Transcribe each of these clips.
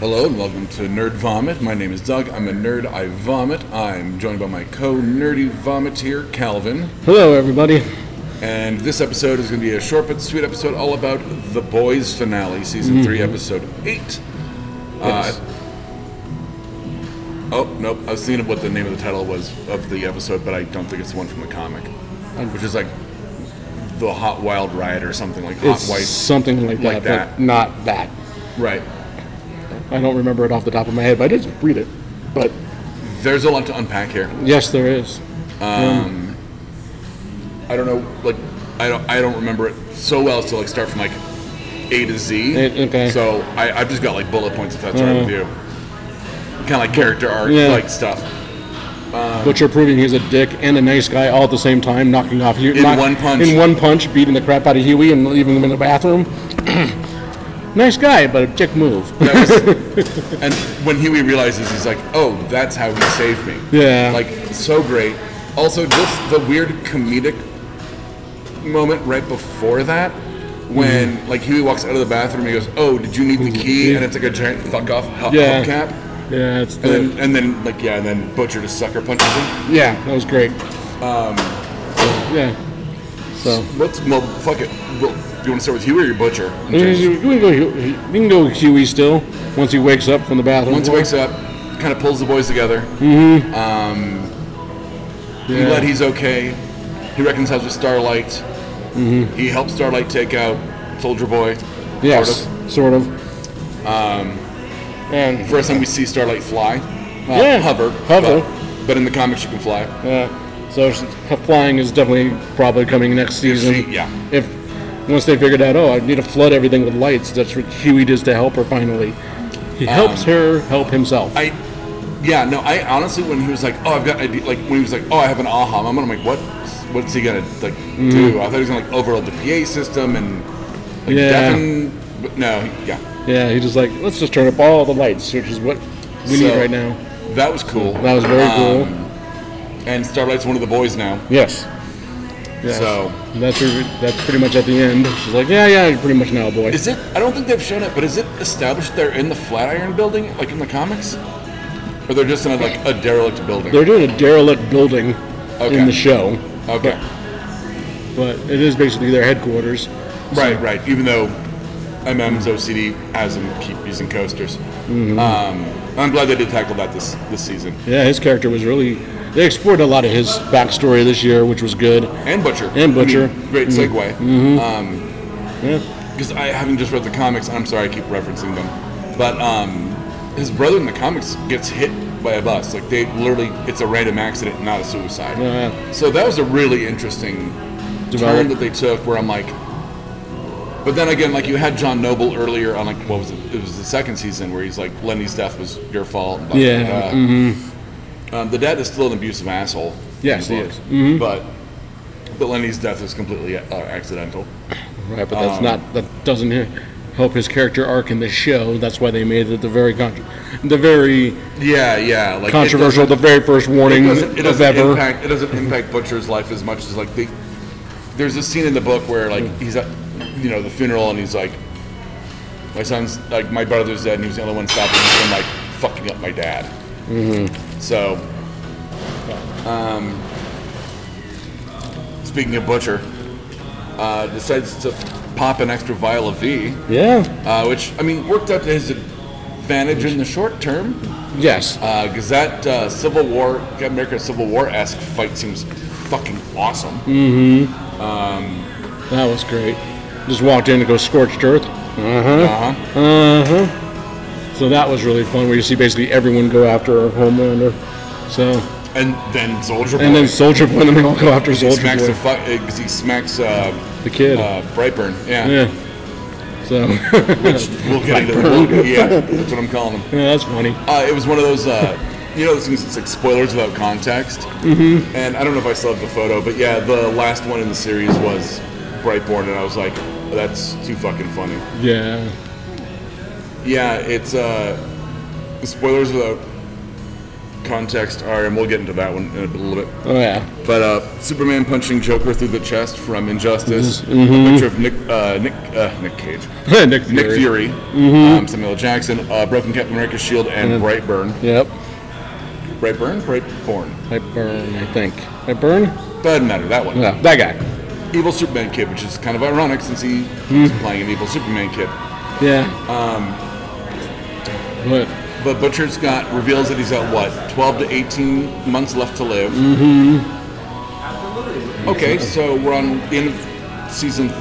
Hello and welcome to Nerd Vomit. My name is Doug. I'm a nerd. I vomit. I'm joined by my co-nerdy vomiteer, Calvin. Hello, everybody. And this episode is going to be a short but sweet episode all about The Boys finale, season 3, episode 8. Uh, oh, nope. I was thinking of what the name of the title was of the episode, but I don't think it's the one from the comic. Which is like The Hot Wild Riot or something like Hot It's White. something like that, like that. but not that. Right. I don't remember it off the top of my head, but I did read it. But There's a lot to unpack here. yes, there is. I don't know, like I don't I don't remember it so well to like start from like A to Z. Eh, okay. Mm. So I, I've just got like bullet points if that's all right with you. Kind of like character arc Yeah. like stuff Uh, Butcher proving he's a dick and a nice guy all at the same time, knocking off Huey In one punch. In one punch, beating the crap out of Huey and leaving him in the bathroom. nice guy, but a dick move. and when Huey realizes he's like, oh, that's how he saved me. Yeah. Like so great. Also, just the weird comedic moment right before that. When Mm. like Huey walks out of the bathroom, he goes, "Oh, did you need the key?" And it's like a giant fuck off hu- Mm-hmm. Yeah. hubcap, yeah, it's the, and then and then like yeah, and then Butcher just sucker punches him. yeah, that was great. Um, yeah. So Let's well, fuck it. Well, you want to start with Huey or your butcher? we can, go, Huey- we can go Huey still once he wakes up from the bathroom. Once he wakes up, kind of pulls the boys together. Mm-hmm. Um, yeah. He Glad he's okay. He reconciles with Starlight. Mm-hmm. He helps Starlight take out Soldier Boy. Yes, Sort of. sort of. Um, and First time we see Starlight fly. Uh, Yeah, Hover. hover. But, but in the comics, she can fly. uh, so s- flying is definitely probably coming next season. she- yeah. If once they figured out, oh, I need to flood everything with lights. That's what Huey does to help her. Finally, Um, he helps her help himself. I, yeah, no, I honestly, when he was like, oh, I've got, idea, like, when he was like, oh, I have an aha moment, I'm like, what? What's he gonna like Mm. do? I thought he was gonna like overload the PA system and like Yeah. deafen. But no, yeah. yeah, he just like let's just turn up all the lights, which is what we need So, right now. That was cool. That was very Um, cool. And Starlight's one of the boys now. Yes. Yes. So- that's her, that's pretty much at the end. She's like, yeah, yeah, you're pretty much now, boy. Is it? I don't think they've shown it, but is it established they're in the Flatiron building, like in the comics, or they're just in a, like a derelict building? They're doing a derelict building Okay. in the show. okay, but it is basically their headquarters. right, right. Even though MM's OCD has them keep using coasters. Mm-hmm. Um, I'm glad they did tackle that this this season. Yeah, his character was really. They explored a lot of his backstory this year, which was good. And Butcher. And Butcher. Mm-hmm. I mean, great segue. Because Yeah, I haven't just read the comics. I'm sorry, I keep referencing them, but um, his brother in the comics gets hit by a bus. Like they literally, it's a random accident, not a suicide. uh, So that was a really interesting turn Develop. that they took where I'm like but then again like you had John Noble earlier on like what was it it was the second season where he's like Lenny's death was your fault blah, blah, Yeah, uh, mm-hmm. blah. Um, the dad is still an abusive asshole in Yes, the he book, is. Mm-hmm. but but Lenny's death is completely uh, accidental right. But um, that's not that doesn't he- help his character arc in the show. That's why they made it the very con- the very yeah yeah like it controversial, the very first warning it doesn't, it of doesn't ever. impact it doesn't impact Butcher's life as much as like the there's a scene in the book where like he's at you know the funeral and he's like my son's like my brother's dead and he was the only one stopping me from like fucking up my dad mm-hmm. so um speaking of Butcher uh decides to pop an extra vial of V Yeah. uh, which I mean worked out to his advantage in the short term Yes. because that uh, Civil War, Captain America Civil War esque fight seems fucking awesome. Mm-hmm. that was great. Just walked in and go scorched earth. Uh huh. So that was really fun, where you see basically everyone go after Homelander. So And then Soldier Boy. and then Soldier Boy, and then they all go after he Soldier smacks Boy, the fuck because he smacks uh, the kid. uh, Brightburn. Yeah. yeah. So. Which we'll get into. We'll, yeah, that's what I'm calling him. Yeah, that's funny. Uh, it was one of those. Uh, You know those things. It's like spoilers without context. Mm-hmm. And I don't know if I still have the photo, but yeah, the last one in the series was Brightborn, and I was like, "That's too fucking funny." Yeah. Yeah, it's uh, spoilers without context are, and we'll get into that one in a little bit. Oh yeah. But uh, Superman punching Joker through the chest from Injustice. A picture of Nick uh, Nick uh, Nick Cage, Nick Nick Fury. Fury, um, Samuel L. Jackson, uh, broken Captain America's shield, and Brightburn. Yep. Brightburn, Brightborn. I burn. I think. I burn. Doesn't matter that one. Yeah, that guy. Evil Superman kid, which is kind of ironic since he's playing an evil Superman kid. Yeah. Um. What? But Butcher's got reveals that he's at what twelve to eighteen months left to live. Mm-hmm. Okay, so we're on the end of season 3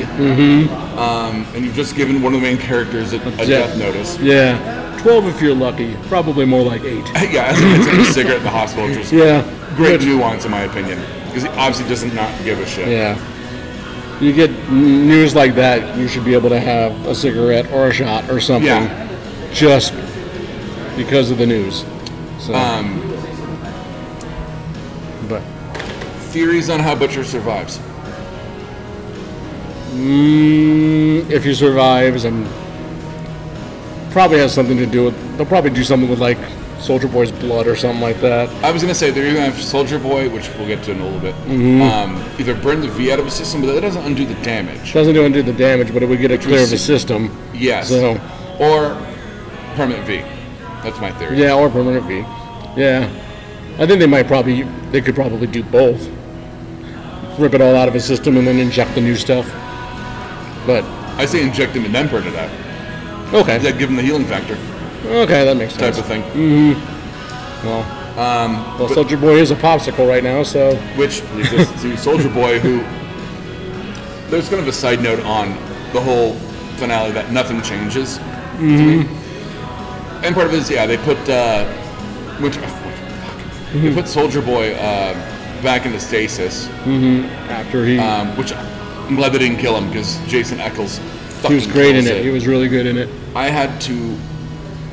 Mm-hmm. Um, and you've just given one of the main characters a, a death notice. Yeah. Twelve if you're lucky. Probably more like eight. yeah, as he gets a cigarette in the hospital, which was Yeah. great nuance in my opinion, because he obviously doesn't not give a shit. Yeah. You get n- news like that, you should be able to have a cigarette or a shot or something Yeah. just because of the news. So, but Theories on how Butcher survives. mm, if he survives, I'm probably has something to do with. They'll probably do something with like Soldier Boy's blood or something like that. I was gonna say they're gonna have Soldier Boy, which we'll get to in a little bit. Mm-hmm. Um, either burn the V out of his system, but that doesn't undo the damage. Doesn't do undo the damage, but it would get it clear of the system. Yes. So- Or permanent V. That's my theory. Yeah, or permanent V. Yeah, I think they might probably they could probably do both. Rip it all out of his system and then inject the new stuff. But I say inject him and then burn it out. okay, That give him the healing factor okay, that makes type sense. of thing. Well, Um, well, Soldier Boy is a popsicle right now, so Which leads us to Soldier Boy, who there's kind of a side note on the whole finale that nothing changes. to me. Mm-hmm. And part of it is yeah, they put uh, which fuck. Mm-hmm. they put Soldier Boy uh, back into stasis. after he Um, which I'm glad they didn't kill him because Jason Eccles fucking he was great in kills it. he was really good in it. I had to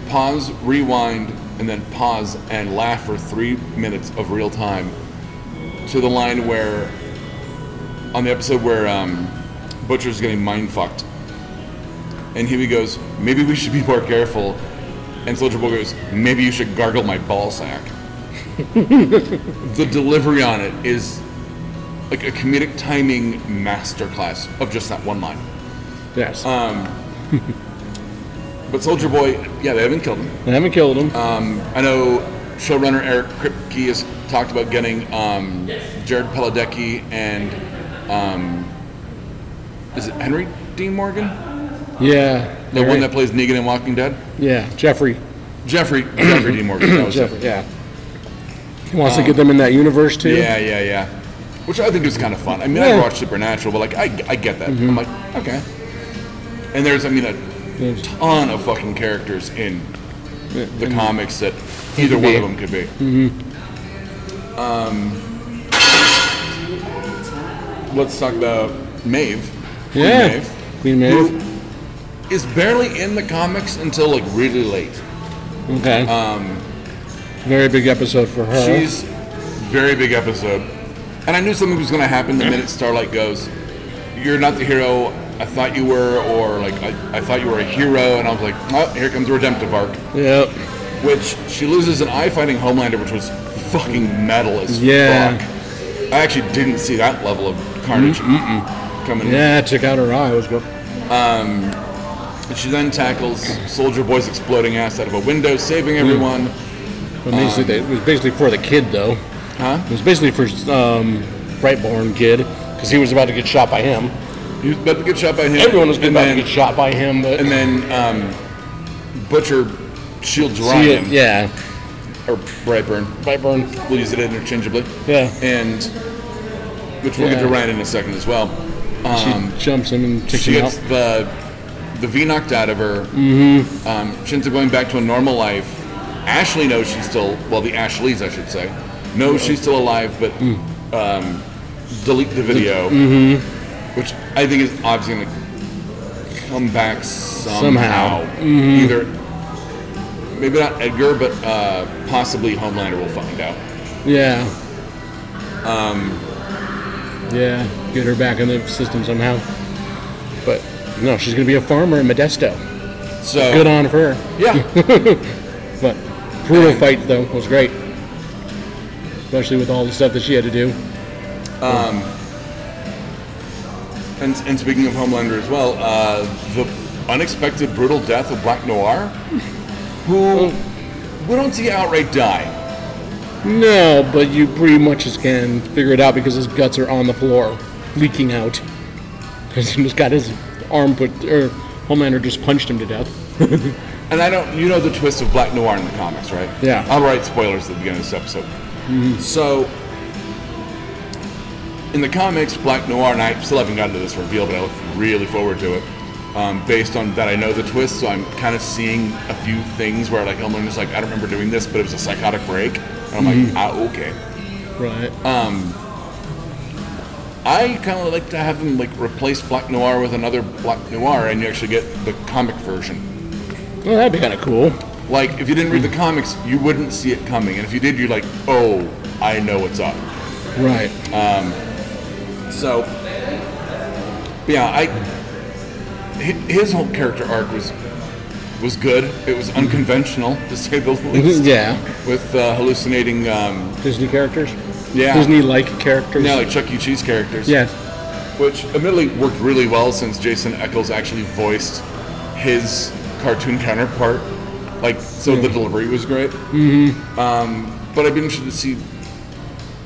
pause, rewind, and then pause and laugh for three minutes of real time to the line where on the episode where um, Butcher's getting mind fucked, and Huey goes, "Maybe we should be more careful," and Soldier Boy goes, "Maybe you should gargle my ball sack." the delivery on it is like a comedic timing masterclass of just that one line. Yes, Uh, But Soldier Boy, yeah, they haven't killed him. they haven't killed him. Uh, I know showrunner Eric Kripke has talked about getting um, Jared Paladecki and um, is it Henry Dean Morgan, yeah, the one that plays Negan in Walking Dead? yeah Jeffrey Jeffrey Jeffrey Dean Morgan. That was it. Jeffrey yeah. He wants to get them in that universe too. Um, Yeah, yeah, yeah. Which I think is kind of fun. I mean, I Yeah. watched Supernatural, but like, I, I get that. I'm like, okay. And there's, I mean, a There's- ton of fucking characters in the comics that either could one be. of them could be. Mm-hmm. Um, let's talk about Maeve. Queen Yeah. Maeve, Queen who Maeve. is barely in the comics until like really late. Okay. Um, Very big episode for her. She's very big episode. And I knew something was going to happen the minute Starlight goes, You're not the hero I thought you were, or like, I, I thought you were a hero. And I was like, Oh, here comes the redemptive arc. Yep. Which she loses an eye fighting Homelander, which was fucking metal as Yeah. fuck. I actually didn't see that level of carnage coming. Yeah, check out her eye. Was good. And she then tackles Soldier Boy's exploding ass out of a window, Mm. saving everyone. But basically, Um, they- it was basically for the kid, though. Huh? It was basically for um, Brightborn kid because he was about to get shot by him. He was about to get shot by him. Everyone was and about then- to get shot by him, but And then um, Butcher shields See it- Ryan yeah, or Brightburn. Brightborn. We'll use it interchangeably. Yeah. And which we'll get to Yeah. Ryan in a second as well. She jumps him and kicks Um, She him gets out. the the V knocked out of her. Mm-hmm. Um, Shinta going back to a normal life. Ashley knows she's still well. The Ashleys, I should say, knows she's still alive, but um, delete the video, mm-hmm. which I think is obviously going to come back somehow. Mm-hmm. Somehow. Either maybe not Edgar, but uh, possibly Homelander will find out. Yeah. Um. Yeah, get her back in the system somehow. But no, she's gonna be a farmer in Modesto. So Good on her. yeah. But Brutal fight though was great, especially with all the stuff that she had to do. And, and speaking of Homelander as well, uh, the unexpected brutal death of Black Noir, who we don't see outright die. No, but you pretty much just can figure it out because his guts are on the floor, leaking out. Because he just got his arm put, or Homelander just punched him to death. And I don't, you know the twist of Black Noir in the comics, right? Yeah. I'll write spoilers at the beginning of this episode. So, in the comics, Black Noir, and I still haven't gotten to this reveal, but I look really forward to it. Um, based on that, I know the twist, so I'm kind of seeing a few things where like Homelander's like, I don't remember doing this, but it was a psychotic break, and I'm like, ah, okay. Right. I kind of like to have them like replace Black Noir with another Black Noir, and you actually get the comic version. well, that'd be kind of cool. Like, if you didn't read the comics, you wouldn't see it coming, and if you did, you're like, oh, I know what's up. Right. So, yeah, I hi- his whole character arc was was good. It was unconventional to say the least. yeah. With uh, hallucinating, um, Disney characters. Yeah. Disney-like characters. now like Chuck E. Cheese characters. yes. which admittedly worked really well since Jason Eccles actually voiced his cartoon counterpart. Like, so the delivery was great. Mm-hmm. Um, but I'd be interested to see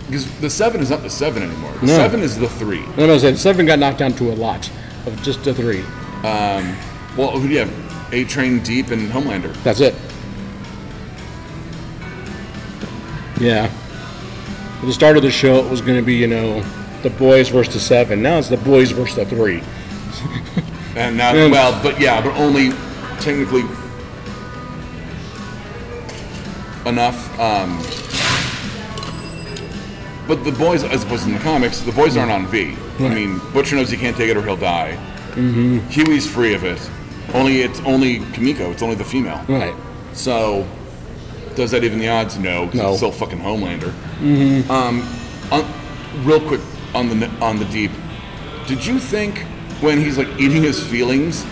because the seven is not the seven anymore. The No. seven is the three. And I said seven got knocked down to a lot of just a three. Well, who do you have? A Train Deep and Homelander. That's it. Yeah. At the start of the show, it was going to be, you know, the boys versus the seven. Now it's the boys versus the three. And now, And- well, but yeah, but only technically enough. Um, but the boys, as opposed to in the comics, the boys aren't on V. I Right. Mm-hmm. mean, Butcher knows he can't take it or he'll die. Huey's free of it. Only it's only Kamiko. It's only the female. Right. So, does that even the odds? No, because No. it's still fucking Homelander. Um, on, real quick on the n- on the deep. Did you think when he's like eating his feelings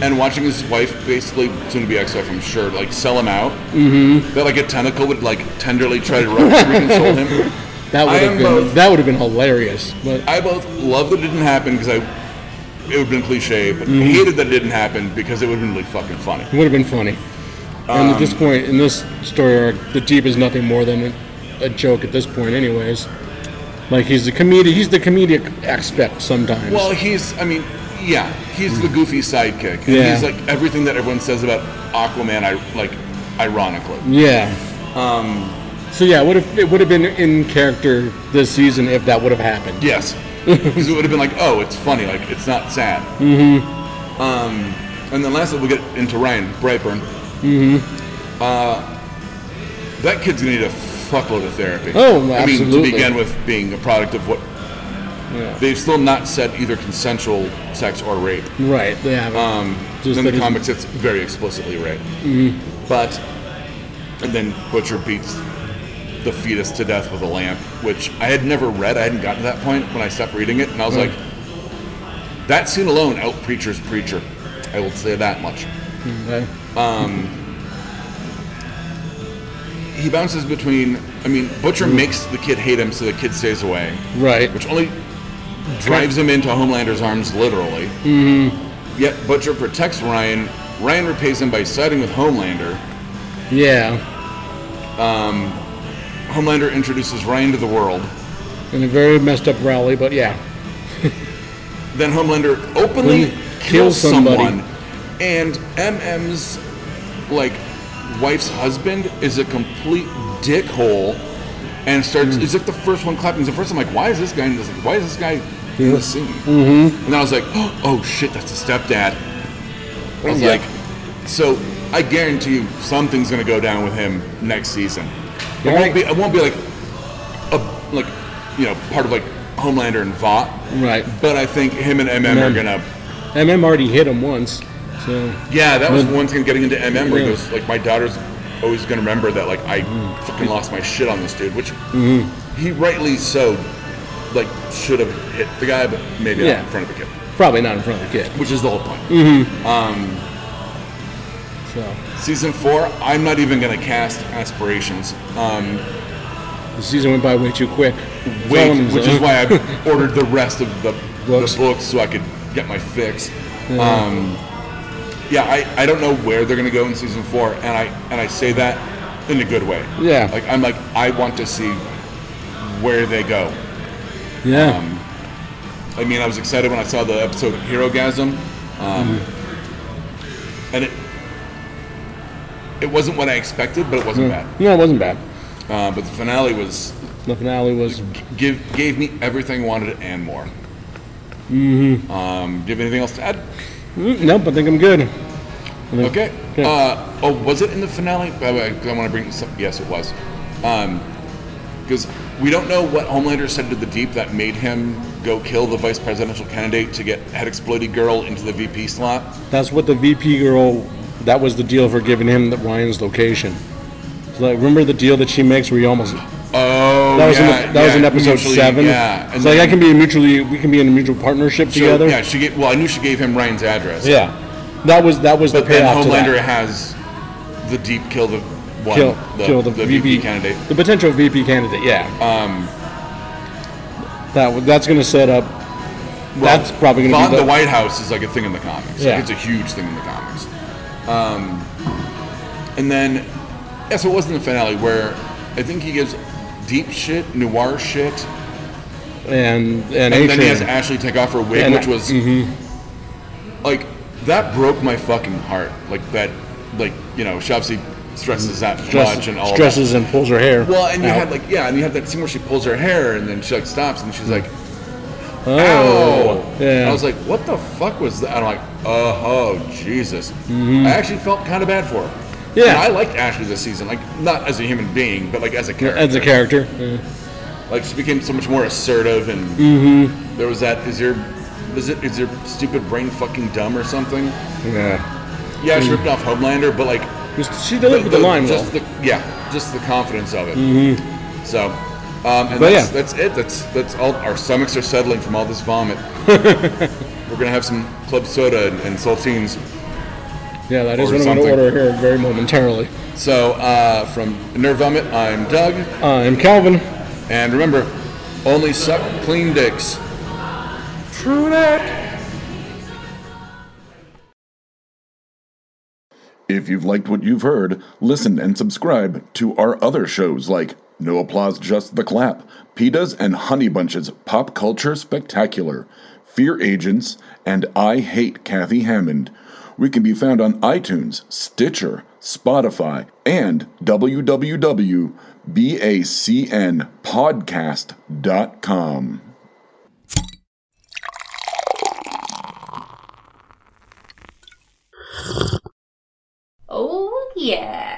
and watching his wife, basically soon to be ex-wife, I'm sure, like sell him out, mm-hmm. that like a tentacle would like tenderly try to re- reconcile him? That I would am have been both. that would have been hilarious. But I both love that it didn't happen because I it would have been cliche, but hated that it didn't happen because it would have been really fucking funny. it would have been funny. and at this point in this story arc, the deep is nothing more than a, a joke at this point, anyways. Like he's the comedic he's the comedic aspect sometimes. Well, he's, I mean, yeah, he's the goofy sidekick. And Yeah. He's like everything that everyone says about Aquaman, I like, ironically. Yeah. Um, so yeah, would have it would have been in character this season if that would have happened. Yes. Because it would have been like, oh, it's funny, like, it's not sad. Mm Mm-hmm. hmm. Um, and then lastly, we'll get into Ryan Brightburn. Mm hmm. Mm-hmm. Uh, that kid's gonna need a fuckload of therapy. Oh, I mean, to absolutely. begin with, being a product of what. They've still not said either consensual sex or rape. Right. Um, They haven't. Just in the that he's- Mm-hmm. comics, it's very explicitly right. But and then Butcher beats the fetus to death with a lamp, which I had never read. I hadn't gotten to that point when I stopped reading it, and I was Right. like, that scene alone out preachers preacher. I will say that much. Okay. He bounces between. I mean, Butcher Mm-hmm. makes the kid hate him, so the kid stays away, Right. which only drives him into Homelander's arms, literally. Mm-hmm. Yet Butcher protects Ryan. Ryan repays him by siding with Homelander. Yeah. Homelander introduces Ryan to the world. In a very messed up rally, but yeah. Then Homelander openly When he kills kills somebody. someone, and MM's like wife's husband is a complete dickhole, and starts. Hmm. He's like the first one clapping. He's the first. I'm like, why is this guy? in this? like, why is this guy in the scene? Mm-hmm. And I was like, oh shit, that's the stepdad. I was Yeah. like, so I guarantee you something's gonna go down with him next season. It won't Right. be. It won't be like a like you know part of like Homelander and Vought. Right. But I think him and MM are Mm. gonna. MM already hit him once, so Yeah, that was Mm. one thing getting into MM where he Yeah. Mm. goes like, my daughter's always gonna remember that like I fucking lost my shit on this dude, which Mm-hmm. he rightly so like should have hit the guy, but maybe Yeah. Mm. not in front of the kid, probably not in front of the kid. which is the whole point. Um, So Season four, I'm not even gonna cast aspirations. Um, the season went by way too quick. That's all wait, I'm which saying. is why I ordered the rest of the Books. the books so I could get my fix. Um, yeah, I, I don't know where they're gonna go in season four, and I and I say that in a good way. Yeah. like I'm like I want to see where they go. yeah. Um, I mean, I was excited when I saw the episode of Hero Gasm, um, Mm-hmm. and it it wasn't what I expected, but it wasn't bad. no, it wasn't bad. Uh, but the finale was The finale was give gave me everything I wanted and more. Mm-hmm. Mm-hmm. Um, do you have anything else to add? Mm, nope. I think I'm good. Okay. Yeah. Uh, oh, was it in the finale? By the way, 'cause I want to bring. Some, yes, it was. Because we don't know what Homelander said to the Deep that made him go kill the vice presidential candidate to get head exploded girl into the VP slot. That's what the VP girl. That was the deal for giving him the Ryan's location. It's like remember the deal that she makes where you almost. Oh, That was yeah, in, the- that was yeah, in episode mutually, seven. Yeah, it's like I can be a mutually. We can be in a mutual partnership so, together. Yeah, she gave. Well, I knew she gave him Ryan's address. Yeah. That was that was but the then payoff to that. Homelander has the Deep kill the one, kill, the, kill the, the VP, candidate. the potential VP candidate. Yeah. Um, that w- that's going to set up. Well, that's probably going Fought to be in the the, White House is like a thing in the comics. Yeah. Like, it's a huge thing in the comics. Um, and then, yeah, so it wasn't the finale where I think he gives deep shit, noir shit, and and, and then he Atrium. has Ashley take off her wig, And- mm-hmm. which was like that broke my fucking heart. Like that, like you know, Shopsy stresses that much and all that. stresses and pulls her hair. Well, and you out. had like yeah, and you had that scene where she pulls her hair and then she like stops and she's like, Oh, "Ow!" yeah. I was like, "What the fuck was that?" And I'm like, "Oh, oh Jesus!" I actually felt kind of bad for her. Mm-hmm. Yeah. And I liked Ashley this season, like not as a human being, but like as a character. as a character. Yeah. Like she became so much more assertive, and Mm-hmm. there was that is your is it is your stupid brain fucking dumb or something? Yeah, Mm. she ripped off Homelander, but like Just- She delivered the, line well. just the, yeah, just the confidence of it. So, um, and Mm-hmm. But that's, yeah. that's it. That's that's all. Our stomachs are settling from all this vomit. We're gonna have some club soda and, and saltines. yeah, that is or what I'm going to something. order here very momentarily. So, uh, from Nerve Vomit, I'm Doug, I'm Uh, Calvin. and remember, only suck clean dicks. True that. If you've liked what you've heard, listen and subscribe to our other shows like No Applause Just the Clap, PETA's and Honey Bunches Pop Culture Spectacular, Fear Agents, and I Hate Kathy Hammond. We can be found on iTunes, Stitcher, Spotify, and www.bacnpodcast.com. Oh, yeah.